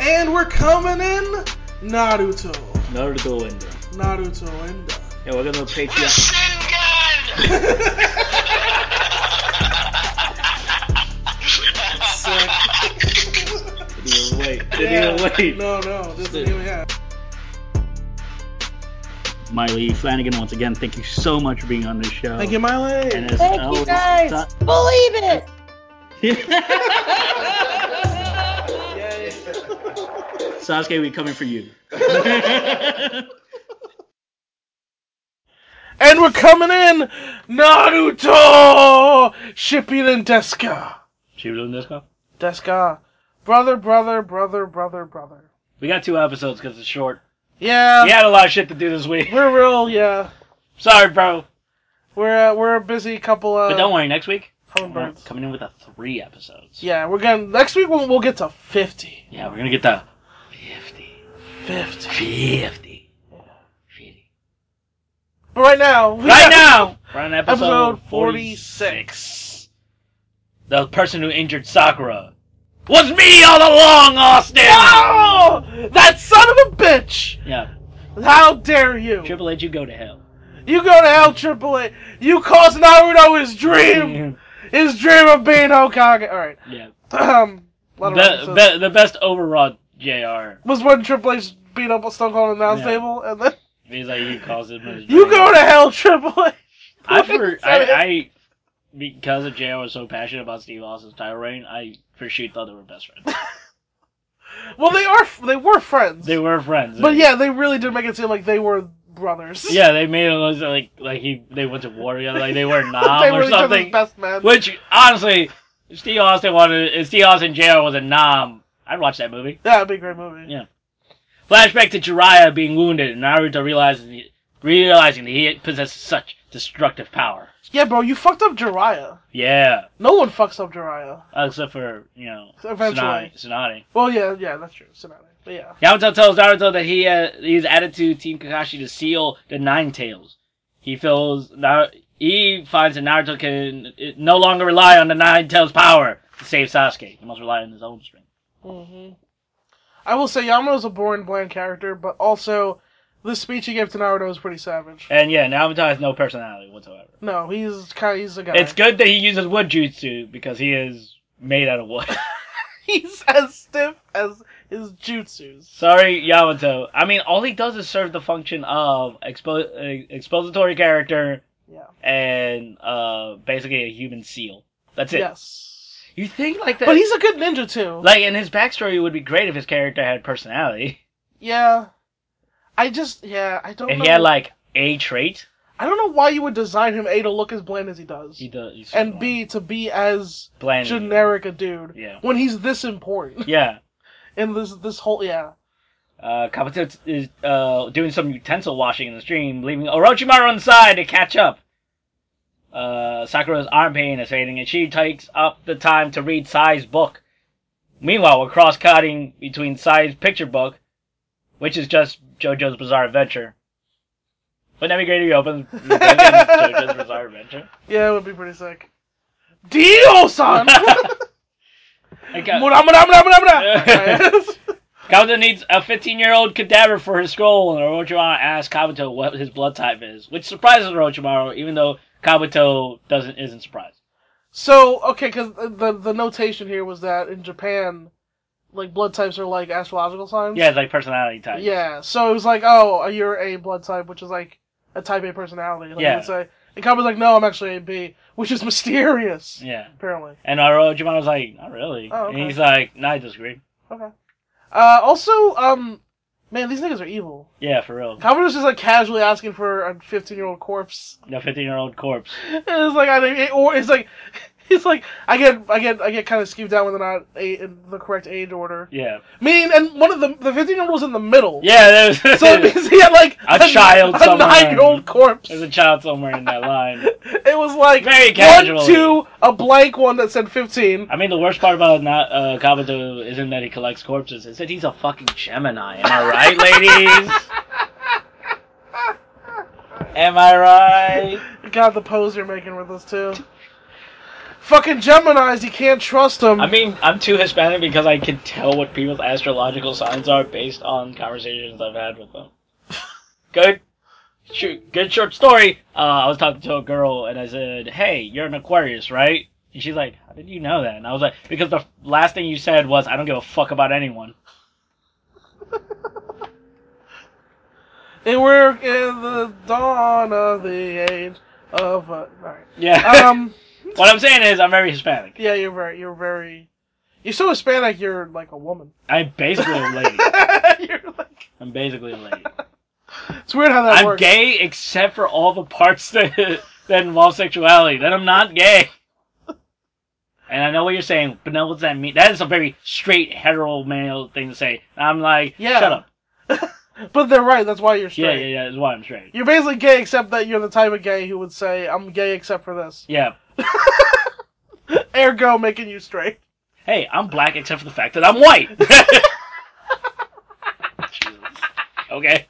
And we're coming in Naruto. Naruto Endo. Naruto uh, Endo. Yeah, we're gonna With a Patreon. Sengun! Didn't even wait. Didn't even Yeah. wait. No, no, this Dude. didn't even happen. Miley Flanagan, once again, thank you so much for being on this show. Thank you, Miley. And as Thank always, you guys. it's Believe it. Sasuke, we coming for you. And we're coming in Naruto Shippuden Deska. Shippuden Desu. Deska. Brother, brother, brother, brother, brother. We got two episodes because it's short. Yeah. We had a lot of shit to do this week. We're real, yeah. Sorry, bro. We're uh, we're a busy couple of But don't worry, next week we're hummingbirds. coming in with a three episodes. Yeah, we're gonna next week we'll, we'll get to 50. Yeah, we're gonna get the 50, 50. 50, 50. But right now, we got- Right now, we're on episode, episode 46. The person who injured Sakura was me all along, Austin. Oh, that son of a bitch! Yeah, How dare you! Triple H, you go to hell. You go to hell, Triple A. You caused Naruto his dream, his dream of being Hokage. All right, Yeah. um, a lot of The, references. be, the best overall JR. was when Triple H beat up Stone Cold on the announce Yeah. table, and then He's like, he calls it. you go to hell, Triple H. I, for, I, Sorry. I, because of JR was so passionate about Steve Austin's title reign, I for sure thought they were best friends. Well, they are, they were friends, They were friends. but They- yeah, they really did make it seem like they were brothers. Yeah, they made it look like like he they went to war together, like they were nom they or were each other's something. best men. Which honestly, Steve Austin wanted if Steve Austin JR was a nom, I'd watch that movie. That'd be a great movie. Yeah. Flashback to Jiraiya being wounded and Naruto realizing realizing that he possesses such destructive power. Yeah, bro, you fucked up Jiraiya. Yeah, No one fucks up Jiraiya. except for you know Eventually. Tsunade. Tsunade. Well, yeah, yeah, that's true. Tsunade. But yeah. Yamato tells Naruto that he uh, he's added to Team Kakashi to seal the Nine Tails. He feels Nar- he finds that Naruto can uh, no longer rely on the Nine Tails' power to save Sasuke. He must rely on his own strength. hmm I will say Yamamo's a boring, bland character, but also the speech he gave to Naruto is pretty savage. And yeah, Naruto has no personality whatsoever. No, he's kind of he's a guy. It's good that he uses wood jutsu because he is made out of wood. He's as stiff as his jutsus. Sorry, Yamato. I mean, all he does is serve the function of expo- uh, expository character Yeah. and uh, basically a human seal. That's it. Yes. You think like that? But he's a good ninja too. Like, and his backstory would be great if his character had personality. yeah. I just yeah I don't If know. he had like a trait, I don't know why you would design him a to look as bland as he does, he does. He's and b to be as bland. generic a dude Yeah. when he's this important Yeah. in this this whole yeah. Uh, Kabuto is uh, doing some utensil washing in the stream, leaving Orochimaru on the side to catch up. Uh, Sakura's arm pain is fading, and she takes up the time to read Sai's book. Meanwhile, we're cross-cutting between Sai's picture book, which is just JoJo's Bizarre Adventure. But every grade reopens, JoJo's Bizarre Adventure. Yeah, it would be pretty sick. Dio san! Okay. Mura, mura, mura, mura, mura. Kabuto needs a 15 year old cadaver for his scroll, and Orochimaru asks Kabuto what his blood type is, which surprises Orochimaru, even though Kabuto doesn't isn't surprised. So, okay, because the, the notation here was that in Japan, like, blood types are like astrological signs. Yeah, it's like personality type. Yeah, so it was like, oh, you're a blood type, which is like a type A personality. Like, Yeah. It's a, and Kabuto's like, no, I'm actually a B, which is mysterious, Yeah. apparently. And Orochimaru's like, not really. Oh, okay. And he's like, nah, I disagree. Okay. Uh, also, um, man, these niggas are evil. Yeah, for real. Kabuto's just like casually asking for a 15 year old corpse. The 15 year old corpse. it's like I think, or it's like, it's like I get, I get, I get kind of skewed down whether or not a, in the correct age order. Yeah. Meaning, and one of the the fifteen year old was in the middle. Yeah, there's, So it means he had like A child a somewhere. nine year old corpse. there's a child somewhere in that line. It was like Very one, casually. two, a blank one that said fifteen. I mean, the worst part about not uh, Kabuto isn't that he collects corpses. It's that he's a fucking Gemini. Am I right, ladies? Am I right? God, the pose you're making with us too. Fucking Gemini's, you can't trust them. I mean, I'm too Hispanic because I can tell what people's astrological signs are based on conversations I've had with them. good, shoot, good short story. Uh, I was talking to a girl and I said, "Hey, you're an Aquarius, right?" And she's like, "How did you know that?" And I was like, "Because the last thing you said was, I don't give a fuck about anyone." They work in the dawn of the age of. Uh, alright. Yeah. Um, what I'm saying is, I'm very Hispanic. yeah, you're very, you're very. You're so Hispanic, you're like a woman. I'm basically a lady. you're like, I'm basically a lady. it's weird how that I'm works. gay except for all the parts that that involve sexuality. Then I'm not gay. And I know what you're saying, but now what does that mean? That is a very straight hetero male thing to say. I'm like, Yeah. shut up. But they're right. That's why you're straight. Yeah, yeah, yeah. That's why I'm straight. You're basically gay, except that you're the type of gay who would say, "I'm gay except for this." Yeah. Ergo, making you straight. Hey, I'm black except for the fact that I'm white. Jesus. okay.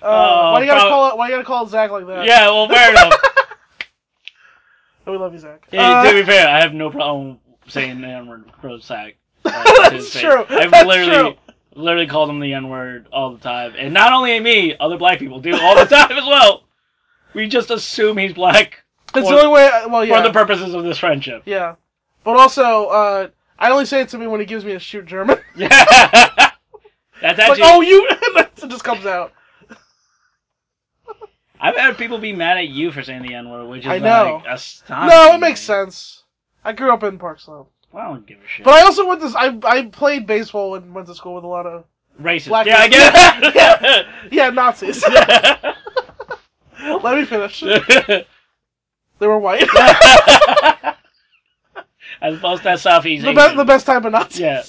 Uh, why you gotta prob- call it? Why you gotta call it Zach like that? Oh, Yeah. Well, fair enough. we love you, Zach. Hey, Uh, to be fair, I have no problem saying the N word crow sack. That's true. I've That's literally true. literally called him the N word all the time. And not only me, other black people do all the time as well. We just assume he's black It's for- the only way. uh, Well, yeah. for the purposes of this friendship. Yeah. But also, uh, I only say it to me when he gives me a shoot German. Yeah. That's like, actually oh, you! it just comes out. I've had people be mad at you for saying the N word, which is I know. like astonishing. no, to it makes me. sense. I grew up in Park Slope. Well, I don't give a shit. But I also went to, s- I, I played baseball and went to school with a lot of, Racist. Black yeah, I people- get yeah, Nazis. it. Let me finish. Yeah. They were white. As opposed to Southeast the, Asian. be- the best type of Nazis. Yeah.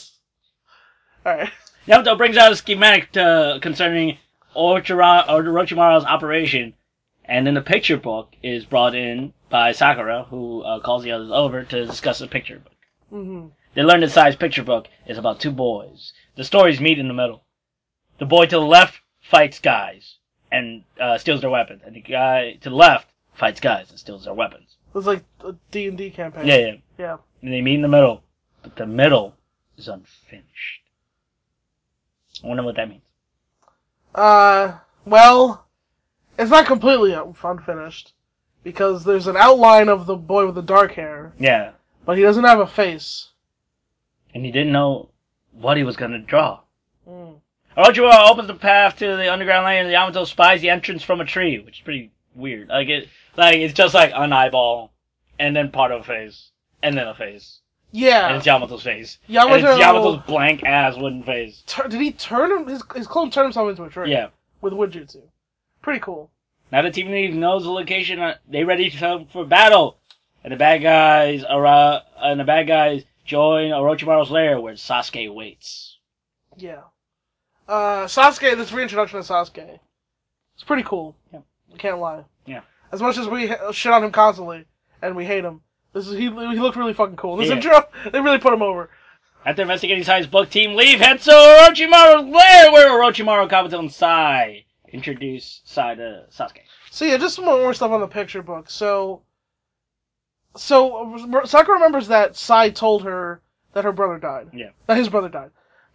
Alright. Naruto brings out a schematic to, concerning Orochira- Orochimaru's operation, and then the picture book is brought in by Sakura, who uh, calls the others over to discuss the picture book. hmm They learn the size picture book is about two boys. The stories meet in the middle. The boy to the left fights guys and uh, steals their weapons, and the guy to the left fights guys and steals their weapons. It was like a D&D campaign. Yeah, yeah. Yeah. And they meet in the middle, but the middle is unfinished. I wonder what that means. Uh, well, it's not completely un- unfinished. Because there's an outline of the boy with the dark hair, Yeah, but he doesn't have a face. and he didn't know what he was gonna draw. Mm. Orochimaru opens the path to the underground lane, and Yamato spies the entrance from a tree, which is pretty weird. Like it, like it's just like an eyeball, and then part of a face, and then a face, and Yeah. it's Yamato's face, Yamato. and it's Yamato's blank ass wooden face. tur- did he turn him? His, his clone turned himself into a tree. Yeah. With wood jutsu. Pretty cool. Now the team leader knows the location. uh, They ready to come for battle, and the bad guys are uh, and the bad guys join Orochimaru's lair where Sasuke waits. Yeah. Uh, Sasuke, this reintroduction of Sasuke. It's pretty cool. Yeah. I can't lie. Yeah. As much as we ha- shit on him constantly, and we hate him, this is, he, he looked really fucking cool. This Yeah. intro, they really put him over. After investigating Sai's book, team leave heads to Orochimaru's lair where Orochimaru, Kabuto, and Sai introduce Sai to Sasuke. So yeah, just some more stuff on the picture book. So, so uh, Sakura remembers that Sai told her that her brother died. Yeah. That his brother died.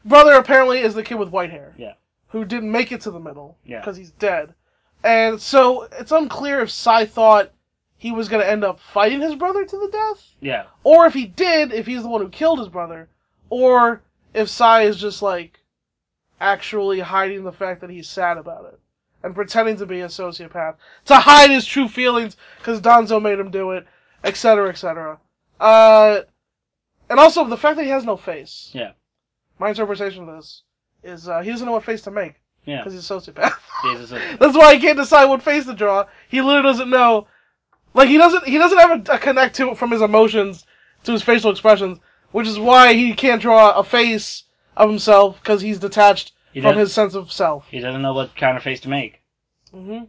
Brother apparently is the kid with white hair. Yeah. Who didn't make it to the middle. Yeah. Because he's dead. And so it's unclear if Sai thought he was going to end up fighting his brother to the death, Yeah, or if he did, if he's the one who killed his brother, or if Sai is just like actually hiding the fact that he's sad about it and pretending to be a sociopath to hide his true feelings because Donzo made him do it, etc., etc. Uh, and also the fact that he has no face. Yeah. My interpretation of this is uh, he doesn't know what face to make yeah. because he's a sociopath. Jesus is- That's why he can't decide what face to draw. He literally doesn't know. Like he doesn't he doesn't have a, a connect to from his emotions to his facial expressions, which is why he can't draw a face of himself because he's detached He from does- his sense of self. He doesn't know what kind of face to make. hmm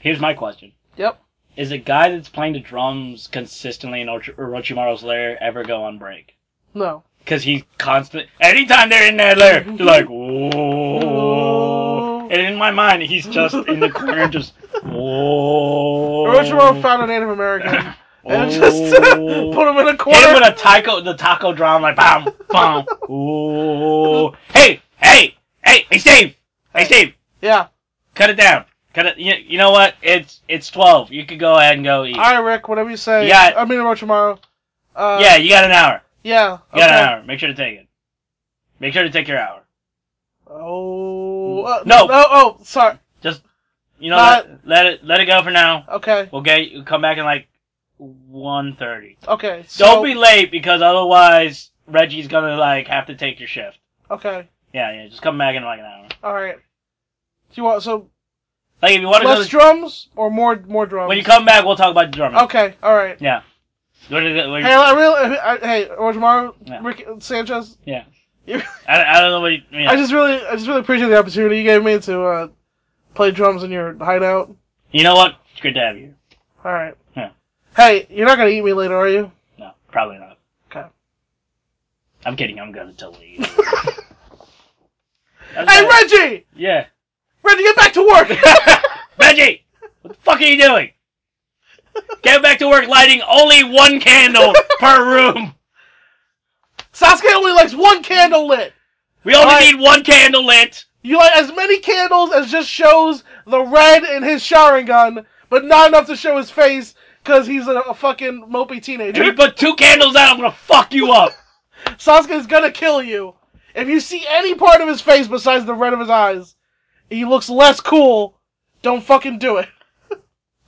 Here's my question. Yep. Is a guy that's playing the drums consistently in Orochi- Orochimaru's lair ever go on break? No. Because he's constant. Anytime they're in that lair, Mm-hmm. they're like, Oh. "Whoa!" And in my mind, he's just in the corner, just, "Whoa." Orochimaru found a Native American and just Oh. put him in a Hit him corner. with a taco, the taco drum, like bam, bam. Ooh. Hey, hey, hey, hey, Steve. Hey, Steve. yeah. Cut it down. Cut it. You, you know what? It's it's twelve. You could go ahead and go eat. All right, Rick. Whatever you say. You got- I mean Orochimaru. Uh, yeah, you got an hour. Yeah. You got okay. an hour. Make sure to take it. Make sure to take your hour. Oh. uh, No. Oh, oh, sorry. You know, Not- what? let it let it go for now. Okay. We'll get you come back in like one thirty. Okay. So, Don't be late because otherwise Reggie's gonna like have to take your shift. Okay. Yeah, yeah. Just come back in like an hour. All right. Do you want so Like if you want to go less to drums or more more drums? When you come back, we'll talk about the drumming. Okay. All right. What is it- what- Hey, I really. I, hey, Orochimaru, Yeah. Rick Sanchez. Yeah. You- I, I don't know what you, yeah. I just really, I just really appreciate the opportunity you gave me to uh, play drums in your hideout. you know what? It's good to have you. All right. Yeah. Hey, you're not gonna eat me later, are you? No, probably not. Okay. I'm kidding. I'm gonna totally. eat. That's Hey, bad. Reggie! Yeah. Reggie, get back to work. Reggie, what the fuck are you doing? Get back to work lighting only one candle per room. Sasuke only likes one candle lit. We only Alright. need one candle lit. You light as many candles as just shows the red in his Sharingan, but not enough to show his face because he's a, a fucking mopey If you teenager. put two candles out, I'm gonna fuck you up. Sasuke's gonna kill you. If you see any part of his face besides the red of his eyes, he looks less cool. Don't fucking do it.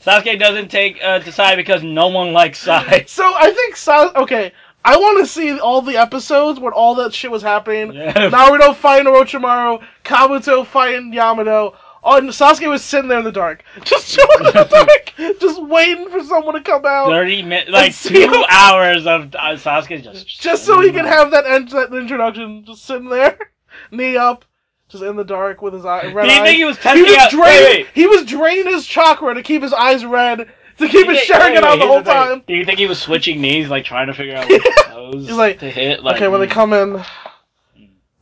Sasuke doesn't take uh, to Sai because no one likes Sai. So I think Sas. Okay, I want to see all the episodes when all that shit was happening. Yeah. Naruto fighting Orochimaru, Kabuto fighting Yamato. Oh, and Sasuke was sitting there in the dark, just chilling in the dark, just waiting for someone to come out, Thirty minutes, like Let's see two how- hours of uh, Sasuke just just so he can have that end, that introduction, just sitting there, knee up, just in the dark with his eye red Do you eyes. think he was He testing was out? drained. He was draining his chakra to keep his eyes red, to keep his Wait, Sharingan wait, out the here's whole thing. time. Do you think he was switching knees, like trying to figure out which nose He's like, to hit? Like, mm. Okay, when they come in,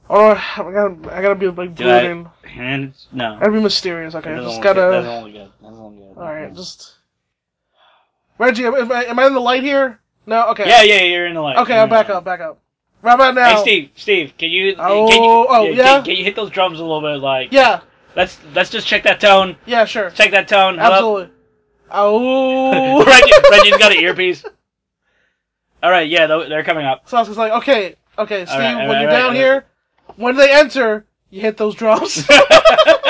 or I gotta, I gotta be like Did I- brooding. and no, I gotta be mysterious. That Okay, doesn't just look good. That gotta. doesn't look good. That doesn't look good. All right, just Reggie, am, am I, am I in the light here? No. Okay. Yeah, yeah, you're in the light. Okay, You're I'll in the back light. up. Back up. Right about now. Hey, Steve, Steve, can you? Oh, can you, oh, can- yeah? Can, you hit those drums a little bit? Like, Yeah. Let's let's just check that tone. Yeah. Sure. Check that tone. Hello? Absolutely. Oh. Reggie, Reggie's got an earpiece. All right, yeah, tho- they're coming up. Sasuke's like, okay, okay, Steve, right, all when right, you're all right, down all here, when they enter, you hit those drums.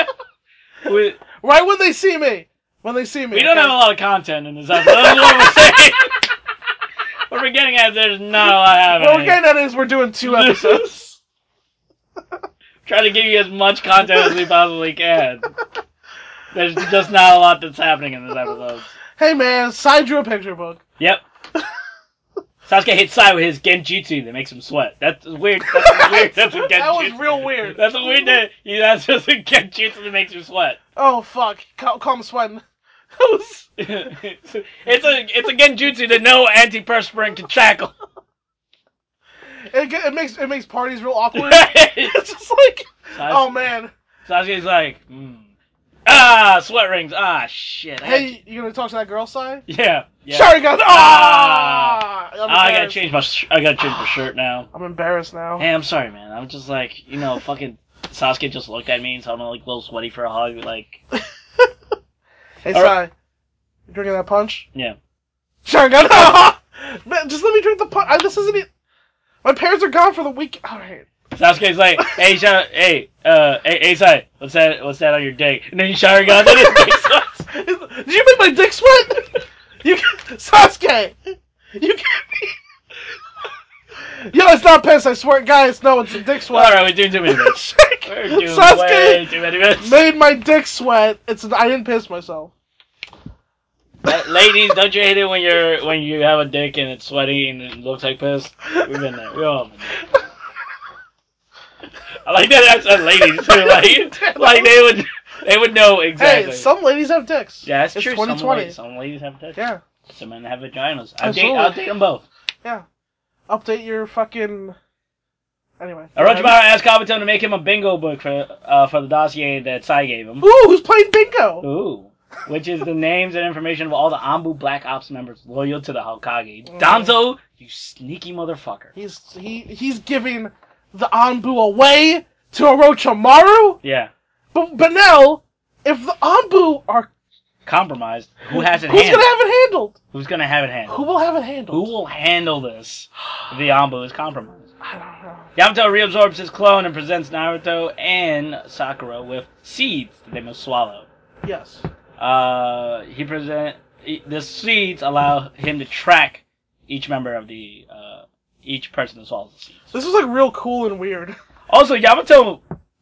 We, right when they see me. When they see me. we don't okay? have a lot of content in this episode. That's what we're saying. what we're getting at, there's not a lot happening. What we're getting at is we're doing two episodes. Try to give you as much content as we possibly can. There's just not a lot that's happening in this episode. hey man, side drew a picture book. Yep. Sasuke hits Sai with his genjutsu that makes him sweat. That's weird. That's weird. That's a genjutsu. that was real weird. That's a weird. That, yeah, that's just a genjutsu that makes you sweat. Oh fuck, calm, calm sweating. That was. it's a it's a genjutsu that no antiperspirant can tackle. It, ge- it makes it makes parties real awkward. Sas- it's just like, oh man, Sasuke's like, hmm. ah, sweat rings. Ah, shit. I gotta- hey, you gonna talk to that girl, side? yeah, yeah. Sharingan. Ah, Ah. I'm, Ah, I gotta embarrassed. change my sh- I gotta change my shirt now. I'm embarrassed now. Hey, I'm sorry, man. I'm just like you know, fucking Sasuke just looked at me, so I'm like a little sweaty for a hug. Like, Hey, All Sai, you drinking that punch? Yeah. Sharingan. Ah! Man, just let me drink the punch. I, this isn't it. My parents are gone for the week. All right. Sasuke's like, hey, Sha- hey, uh, hey, Asai, what's that? What's that on your dick? And then Sharingan on his dick sucks. Did you make my dick sweat? You can- Sasuke. You can't be. Yo, it's not piss. I swear, guys. No, it's a dick Well, all sweat. right, we're doing too many bits. We're doing way Sasuke too many bits. made my dick sweat. It's I didn't piss myself. Uh, Ladies, don't you hate it when you're when you have a dick and it's sweaty and it looks like piss? We've been there. We all. Been there. I like that. That's uh, ladies too. Like, like they would, they would know exactly. Hey, some ladies have dicks. yeah, that's it's true. 2020. Some, ladies, some ladies have dicks. Yeah. Some men have vaginas. I date, Absolutely. I'll date them both. Update your fucking. Anyway. Orochimaru asked Kabuto to make him a bingo book for uh, for the dossier that Sai gave him. Ooh, who's playing bingo? Ooh. which is the names and information of all the Ambu Black Ops members loyal to the Hokage. Mm. Danzo, you sneaky motherfucker. He's he he's giving the Anbu away to Orochimaru. Yeah, But but now, if the Anbu are, compromised. Who has it who's handled? gonna have it handled? Who's gonna have it handled? Who will have it Who handled? will handle this? if The Ambu is compromised. I don't know. Yamato reabsorbs his clone and presents Naruto and Sakura with seeds that they must swallow. Yes. Uh, he present he- the seeds allow him to track each member of the uh, each person that swallows the seeds. This is like real cool and weird. Also, Yamato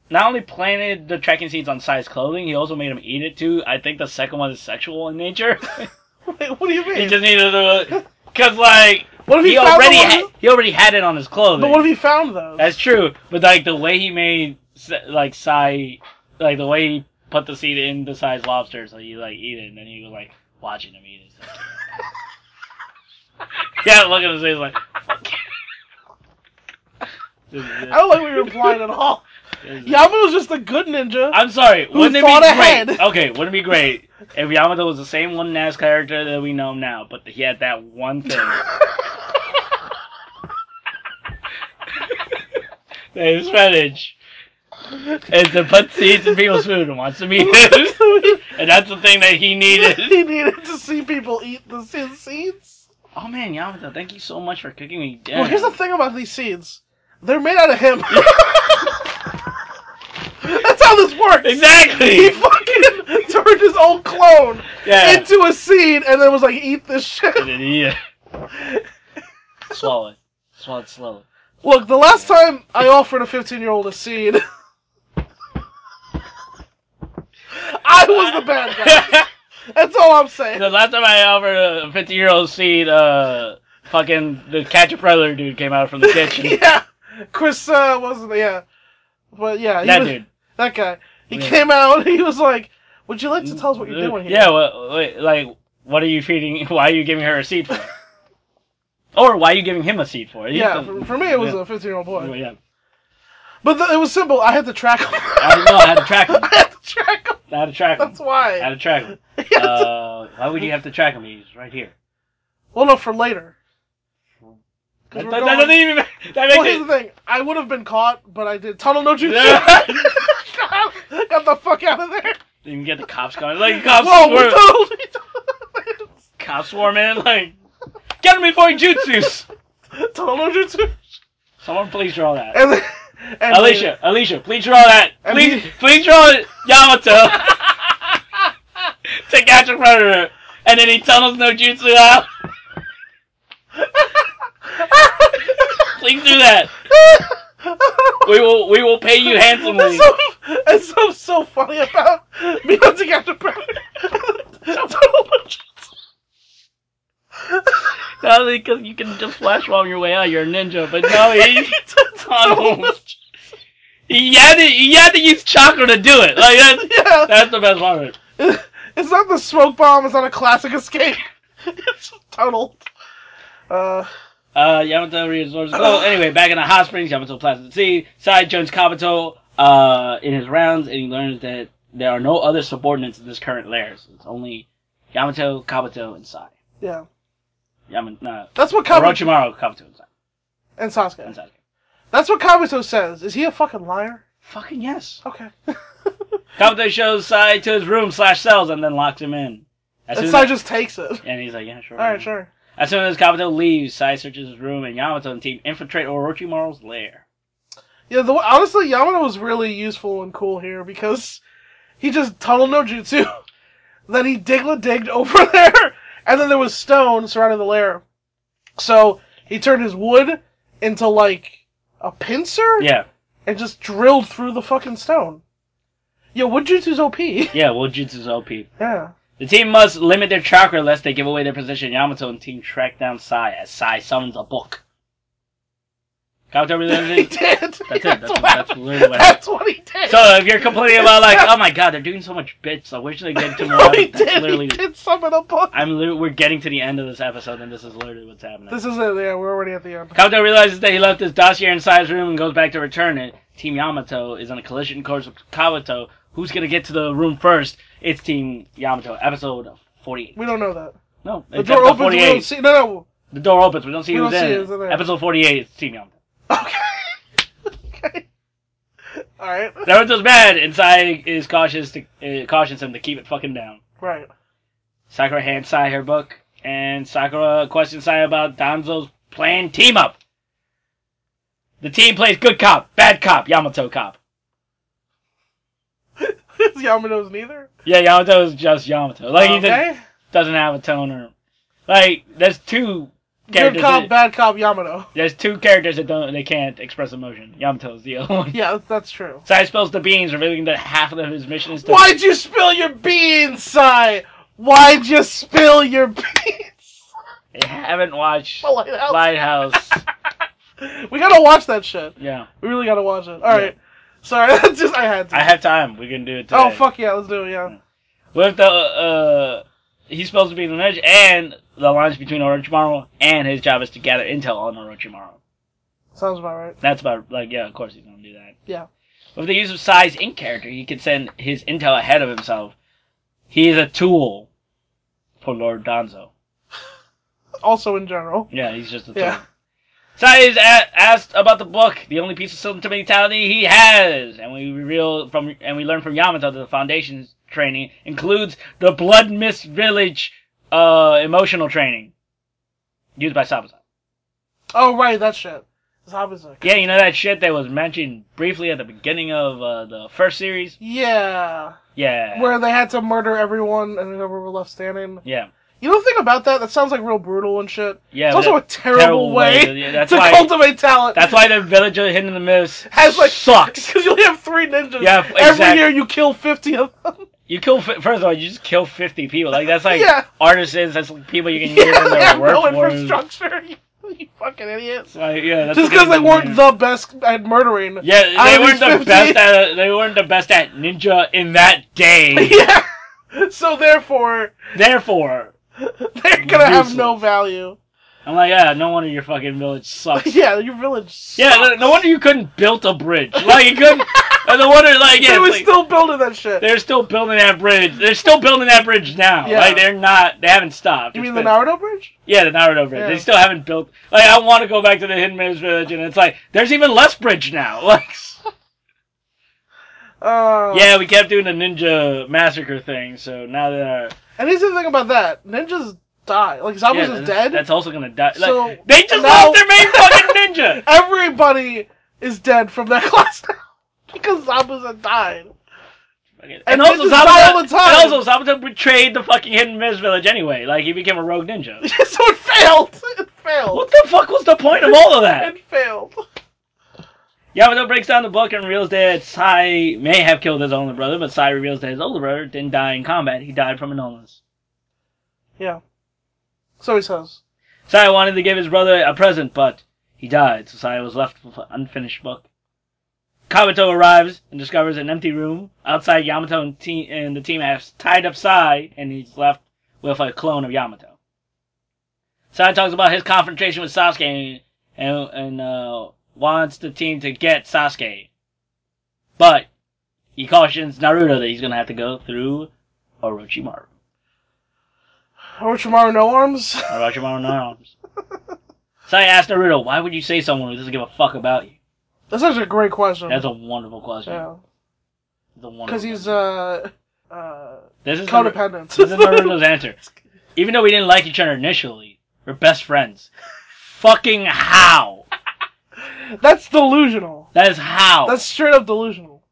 not only planted the tracking seeds on Sai's clothing, he also made him eat it too. I think the second one is sexual in nature. Wait, what do you he mean? just needed to, cause like what if he, he found already the one- ha- he already had it on his clothing. But what if he found those? That's true, but like the way he made Sa- like Sai, like the way he put the seed in the Sai's lobster, so you like eat it, and then he was like watching him eat it. yeah, look at his face like. Fuck. This is it. I don't like what you're implying at all. This is it. Yamamo's just a good ninja. I'm sorry. Who Wouldn't it be thought great? ahead? Okay, wouldn't it be great if Yamato was the same one as character that we know him now, but he had that one thing that his fetish is to put seeds in people's food and wants to eat it. And that's the thing that he needed. he needed to see people eat the se- seeds. Oh man, Yamato, thank you so much for cooking me dinner. Well, here's the thing about these seeds. They're made out of him. That's how this works. He Exactly. fucking turned his own clone Yeah. into a seed and then was like, eat this shit. And then he, uh, swallow it. Swallow it slowly. Look, the last time I offered a 15 year old a seed, I was the bad guy. That's all I'm saying. the last time I offered a 50 year old seed, uh, fucking the catch a predator dude came out from the kitchen. yeah, Chris uh, wasn't. Yeah, but yeah, he that was, dude. that guy. He Yeah. came out. and He was like, "Would you like to tell us what you're doing here?" Yeah, well, wait, like, what are you feeding? Why are you giving her a seed for? or why are you giving him a seed for? You yeah. have to- For, for me, it was yeah. a 15 year old boy, Yeah. but the, it was simple. I had to track him. I, no, I had to track him. I had to track him. I had to track him. That's why. I had to track him. Yeah, that's- Uh, why would you have to track him? He's right here. well, no, for later. 'Cause That, we're that, going- doesn't even. That well, here's makes the thing. I would have been caught, but I did tunnel no jutsu. Got the fuck out of there. it. You can get the cops coming. Like cops, Whoa, we swarm, tunneled. cops swarm in. Like, get him before he jutsus. tunnel no jutsu. Someone please draw that. And, then- and Alicia, Alicia, please draw that. I Please, mean- please draw Yamato. Take out your predator, and then he tunnels no jutsu out. Please do that. We will, we will pay you handsomely. That's so, that's so, so funny about me hunting after Predator. Not only because you can just flash bomb your way out, you're a ninja, but now he tunnels. He had to, he had to use chakra to do it. Like that's, yeah, that's the best part of it. it's not the smoke bomb. It's not a classic escape. It's tunneled. Uh, Uh, Yamato reabsorbs the clone. anyway, back in the hot springs, Yamato plants the seed. Sai joins Kabuto, uh, in his rounds, and he learns that there are no other subordinates in this current lair. So it's only Yamato, Kabuto, and Sai. yeah, Yamato, no, that's what Kabuto Orochimaru, Kabuto, and Sai. and And Sasuke. Sasuke. That's what Kabuto says. Is he a fucking liar? Fucking yes. Okay. Kabuto shows Sai to his room slash cells and then locks him in. As and soon Sai as- just takes it. and he's like, yeah, sure. All right, sure. As soon as Kabuto leaves, Sai searches his room, and Yamato and team infiltrate Orochimaru's lair. Yeah, the, honestly, Yamato was really useful and cool here because he just tunneled no jutsu. then he digla digged over there, and then there was stone surrounding the lair. So he turned his wood into like a pincer Yeah, and just drilled through the fucking stone. Yeah, wood jutsu's OP. yeah, well, Jutsu's OP. yeah. The team must limit their chakra lest they give away their position. Yamato and team track down Sai as Sai summons a book. Kabuto he realizes did. That's, it. That's- what that's happened. literally what That's what he did. So if you're complaining about like, oh my god, they're doing so much bits. I wish they did two more. no, he episodes." That's did. literally. He did summon a book. I'm li- we're getting to the end of this episode and this is literally what's happening. This is it. Yeah, we're already at the end. Kabuto realizes that he left his dossier in Sai's room and goes back to return it. Team Yamato is on a collision course with Kabuto, who's gonna get to the room first? It's Team Yamato, episode forty-eight. We don't know that. No, The it's door episode opens. We don't see. No, no. The door opens. We don't see We who's don't see in. who's in it. there. Episode forty-eight. It's Team Yamato. Okay. okay. All right. Naruto's mad, and Sai is cautious. To, uh, cautions him to keep it fucking down. Right. Sakura hands Sai her book, and Sakura questions Sai about Danzo's planned team up. The team plays good cop, bad cop, Yamato cop. Yamato's neither. Yeah, Yamato's just Yamato. Like he just okay. doesn't have a tone or like there's two Good characters. cop, that- bad cop, Yamato. there's two characters that don't they can't express emotion. Yamato's the other one. Yeah, that's- that's true. Sai spills the beans, revealing that half of his mission is to Why'd you spill your beans, Sai? Why'd you spill your beans? I haven't watched Oh, like, that- Lighthouse. we gotta watch that shit. yeah. We really gotta watch it. All Yeah. right. Sorry, that's just I had to. I have time. We can do it today. oh fuck yeah, let's do it. Yeah. With the uh, he's supposed to be the edge, and the lines between Orochimaru and his job is to gather intel on Orochimaru. Sounds about right. That's about like yeah, of course he's gonna do that. Yeah. With the use of Sai's ink character, he can send his intel ahead of himself. He is a tool for Lord Danzo. Also in general. Yeah, he's just a tool. Yeah. Sai is a- asked about the book, the only piece of sentimentality he has, and we reveal from and we learn from Yamato that the foundation's training includes the Blood Mist Village uh, emotional training used by Sabaza. Oh right, that shit. It's opposite. Yeah, you know that shit that was mentioned briefly at the beginning of uh, the first series. Yeah. Yeah, Where they had to murder everyone and whoever were left standing. yeah, You know the thing about that? That sounds like real brutal and shit. yeah. it's also that- a terrible, way, to- yeah, that's to why. cultivate talent. That's why the village of Hidden in the Mist Has, like- sucks. Because you only have three ninjas. Yeah, exact- Every year you kill 50 of them. You kill fi- first of all, you just kill fifty people. Like that's like Yeah. artisans. That's like people you can use yeah, in they their have work no wars. infrastructure. You, you fucking idiots. Like, Uh, yeah, that's Just what because they do, weren't man. the best at murdering. yeah, they out of weren't the these 50. best at they weren't the best at ninja in that day. Yeah. So therefore, Therefore, they're gonna have no Useless. value. I'm like, yeah, no wonder your fucking village sucks. Yeah, your village. Sucks. Yeah, no- no wonder you couldn't build a bridge. Like you couldn't. and no wonder, like yeah, they it's were like, still building that shit. they're still building that bridge. They're still building that bridge now. Yeah. Like they're not. They haven't stopped. You It's mean the been- Naruto Bridge? Yeah, the Naruto Bridge. Yeah. They still haven't built. Like, I want to go back to the Hidden Man's Village, and it's like there's even less bridge now. Like, Uh, yeah, we kept doing the ninja massacre thing, so now that our, And here's the thing about that: ninjas die. Like yeah, Zabuza's that's- dead. That's also gonna die. Like, So, they just now- lost their main fucking ninja. Everybody is dead from that class now because Zabuza died. and, And also ninjas die all the time. and also Zabuza betrayed the fucking Hidden Man's Village anyway. Like he became a rogue ninja. so it failed. It failed. what the fuck was the point of all of that? It failed. Yamato breaks down the book and reveals that Sai may have killed his older brother, but Sai reveals that his older brother didn't die in combat. He died from an illness. Yeah. So he says. Sai wanted to give his brother a present, but he died, so Sai was left with an unfinished book. Kabuto arrives and discovers an empty room. Outside, Yamato and, te- and the team have tied up Sai, and he's left with a clone of Yamato. Sai talks about his confrontation with Sasuke and, and uh, wants the team to get Sasuke. But he cautions Naruto that he's going to have to go through Orochimaru. Orochimaru no arms. What about your mom and arms? Sai asked Naruto, why would you say someone who doesn't give a fuck about you? That's such a great question. That's a wonderful question. yeah. It's a wonderful Because he's question. uh, uh, this is Naru- codependent. this is Naruto's answer. Even though we didn't like each other initially, we're best friends. Fucking how? That's delusional. That is how. That's straight up delusional.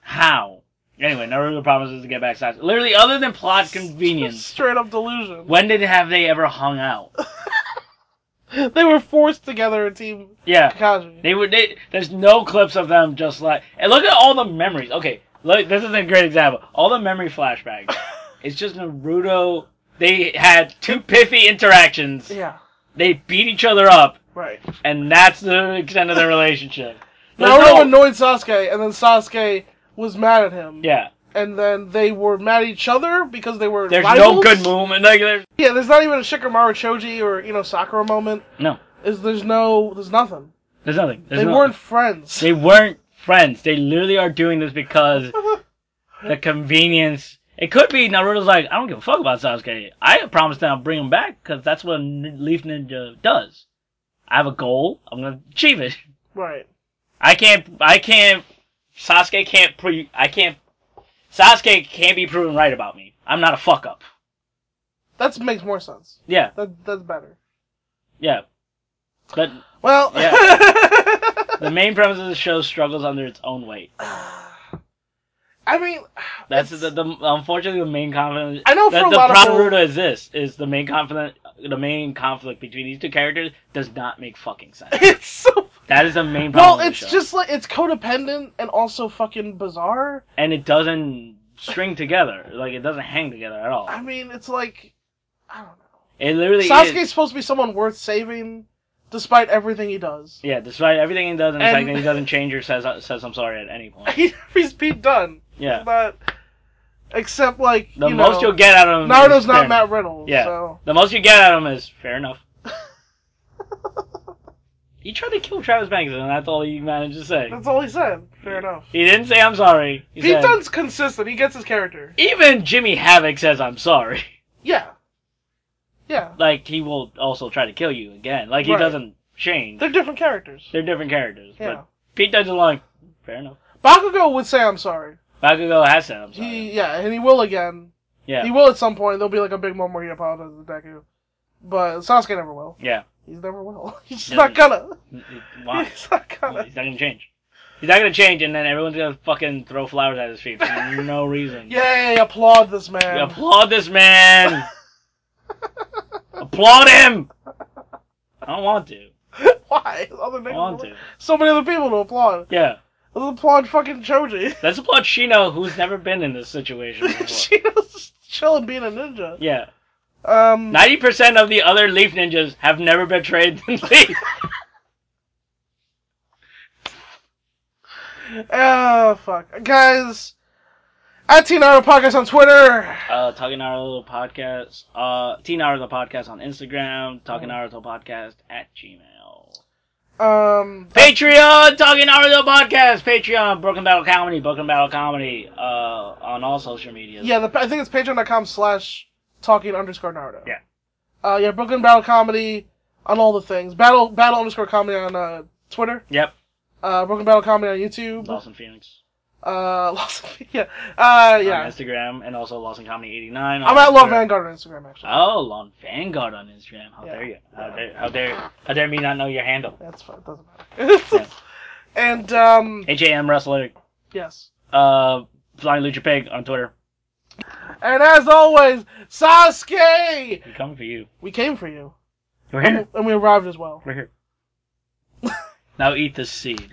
how. Anyway, Naruto promises to get back Sasuke. Literally, other than plot convenience, straight up delusion. when did have they ever hung out? They were forced together in Team Yeah. Kakashi. They would. They, there's no clips of them just like. And look at all the memories. Okay, look, this is a great example. All the memory flashbacks. it's just Naruto. They had two pithy interactions. Yeah, They beat each other up, right. and that's the extent of their relationship. There's Naruto no- annoyed Sasuke, and then Sasuke was mad at him. yeah, And then they were mad at each other because they were there's rivals. no good movement. Like, there's, Yeah, there's not even a Shikamaru Choji or you know Sakura moment. No. Is there's no there's nothing. there's nothing. There's they no- weren't friends. They weren't friends. They literally are doing this because the convenience. It could be Naruto's like, I don't give a fuck about Sasuke. I promised that I'll bring him back because that's what a Nin- Leaf Ninja does. I have a goal. I'm gonna achieve it. Right. I can't. I can't. Sasuke can't pre. I can't. Sasuke can't be proven right about me. I'm not a fuck up. That makes more sense. Yeah. That that's better. Yeah. But Well. the main premise of the show struggles under its own weight. I mean, That's it's- the, the unfortunately the main conflict. I know the, for a the lot of problem people- Naruto is this: is the main conflict, the main conflict between these two characters does not make fucking sense. It's so that is the main problem. well. of the It's show. just like it's codependent and also fucking bizarre. and it doesn't string together. Like it doesn't hang together at all. I mean, it's like I don't know. It literally Sasuke's is. supposed to be someone worth saving, despite everything he does. Yeah, despite everything he does, and the fact And- that he doesn't change or says says I'm sorry at any point. He, he's Pete Dunne. Yeah, But except like the you most know, you'll get out of him. Naruto's is not fair enough. Matt Reynolds. Yeah. So The most you get out of him is fair enough. he tried to kill Travis Banks, and that's all he managed to say. that's all he said. Fair enough. He didn't say I'm sorry. He Pete said, Dunne's consistent. He gets his character. Even Jimmy Havoc says I'm sorry. Yeah. Yeah. Like he will also try to kill you again. Like he Right. doesn't change. They're different characters. They're different characters. Yeah. But Pete doesn't like. Fair enough. Bakugo would say I'm sorry. Bakugo has said I'm sorry. He yeah, and he will again. yeah. He will at some point. There'll be like a big moment where he apologizes to Deku. But Sasuke never will. yeah. He's never will. He's just Yeah. not gonna. Why? He's not Well, gonna. He's not gonna change. He's not gonna change, and then everyone's gonna fucking throw flowers at his feet for no reason. Yay! Applaud this man. You applaud this man. applaud him. I don't want to. Why? There's Other I niggas want to- to. So many other people to applaud. Yeah. Let's applaud fucking Choji. Let's applaud Shino, who's never been in this situation before. she was just chilling being a ninja. Yeah. Um, Ninety percent of the other Leaf ninjas have never betrayed the Leaf. oh fuck, guys. At Teen Idol Podcast on Twitter. uh, Talking Our Little Podcast, uh, Teen Hour Little Podcast on Instagram, Talking Our Little Podcast at Gmail. Um, Patreon, Talking Naruto Podcast, Patreon, Brooklyn Battle Comedy, Brooklyn Battle Comedy, uh, on all social media. yeah, the, I think it's patreon.com slash talking underscore Naruto. Yeah. Uh, yeah, Brooklyn Battle Comedy on all the things. Battle Battle underscore comedy on uh, Twitter. Yep. Uh, Brooklyn Battle Comedy on YouTube. Lawson Phoenix. Uh, Lost. yeah. Uh, On yeah. Instagram, and also Lawson Comedy 89. I'm at Love Vanguard on Instagram, actually. Oh, Lon Vanguard on Instagram. How Yeah. dare you? How dare, how dare, how dare me not know your handle? That's fine. Doesn't matter. Yeah. And um, HAM Wrestler, yes. uh, Flying Lucha Pig on Twitter. And as always, Sasuke, We're coming for you. we came for you, We're and here. we- and we arrived as well. We're here. now eat this seed.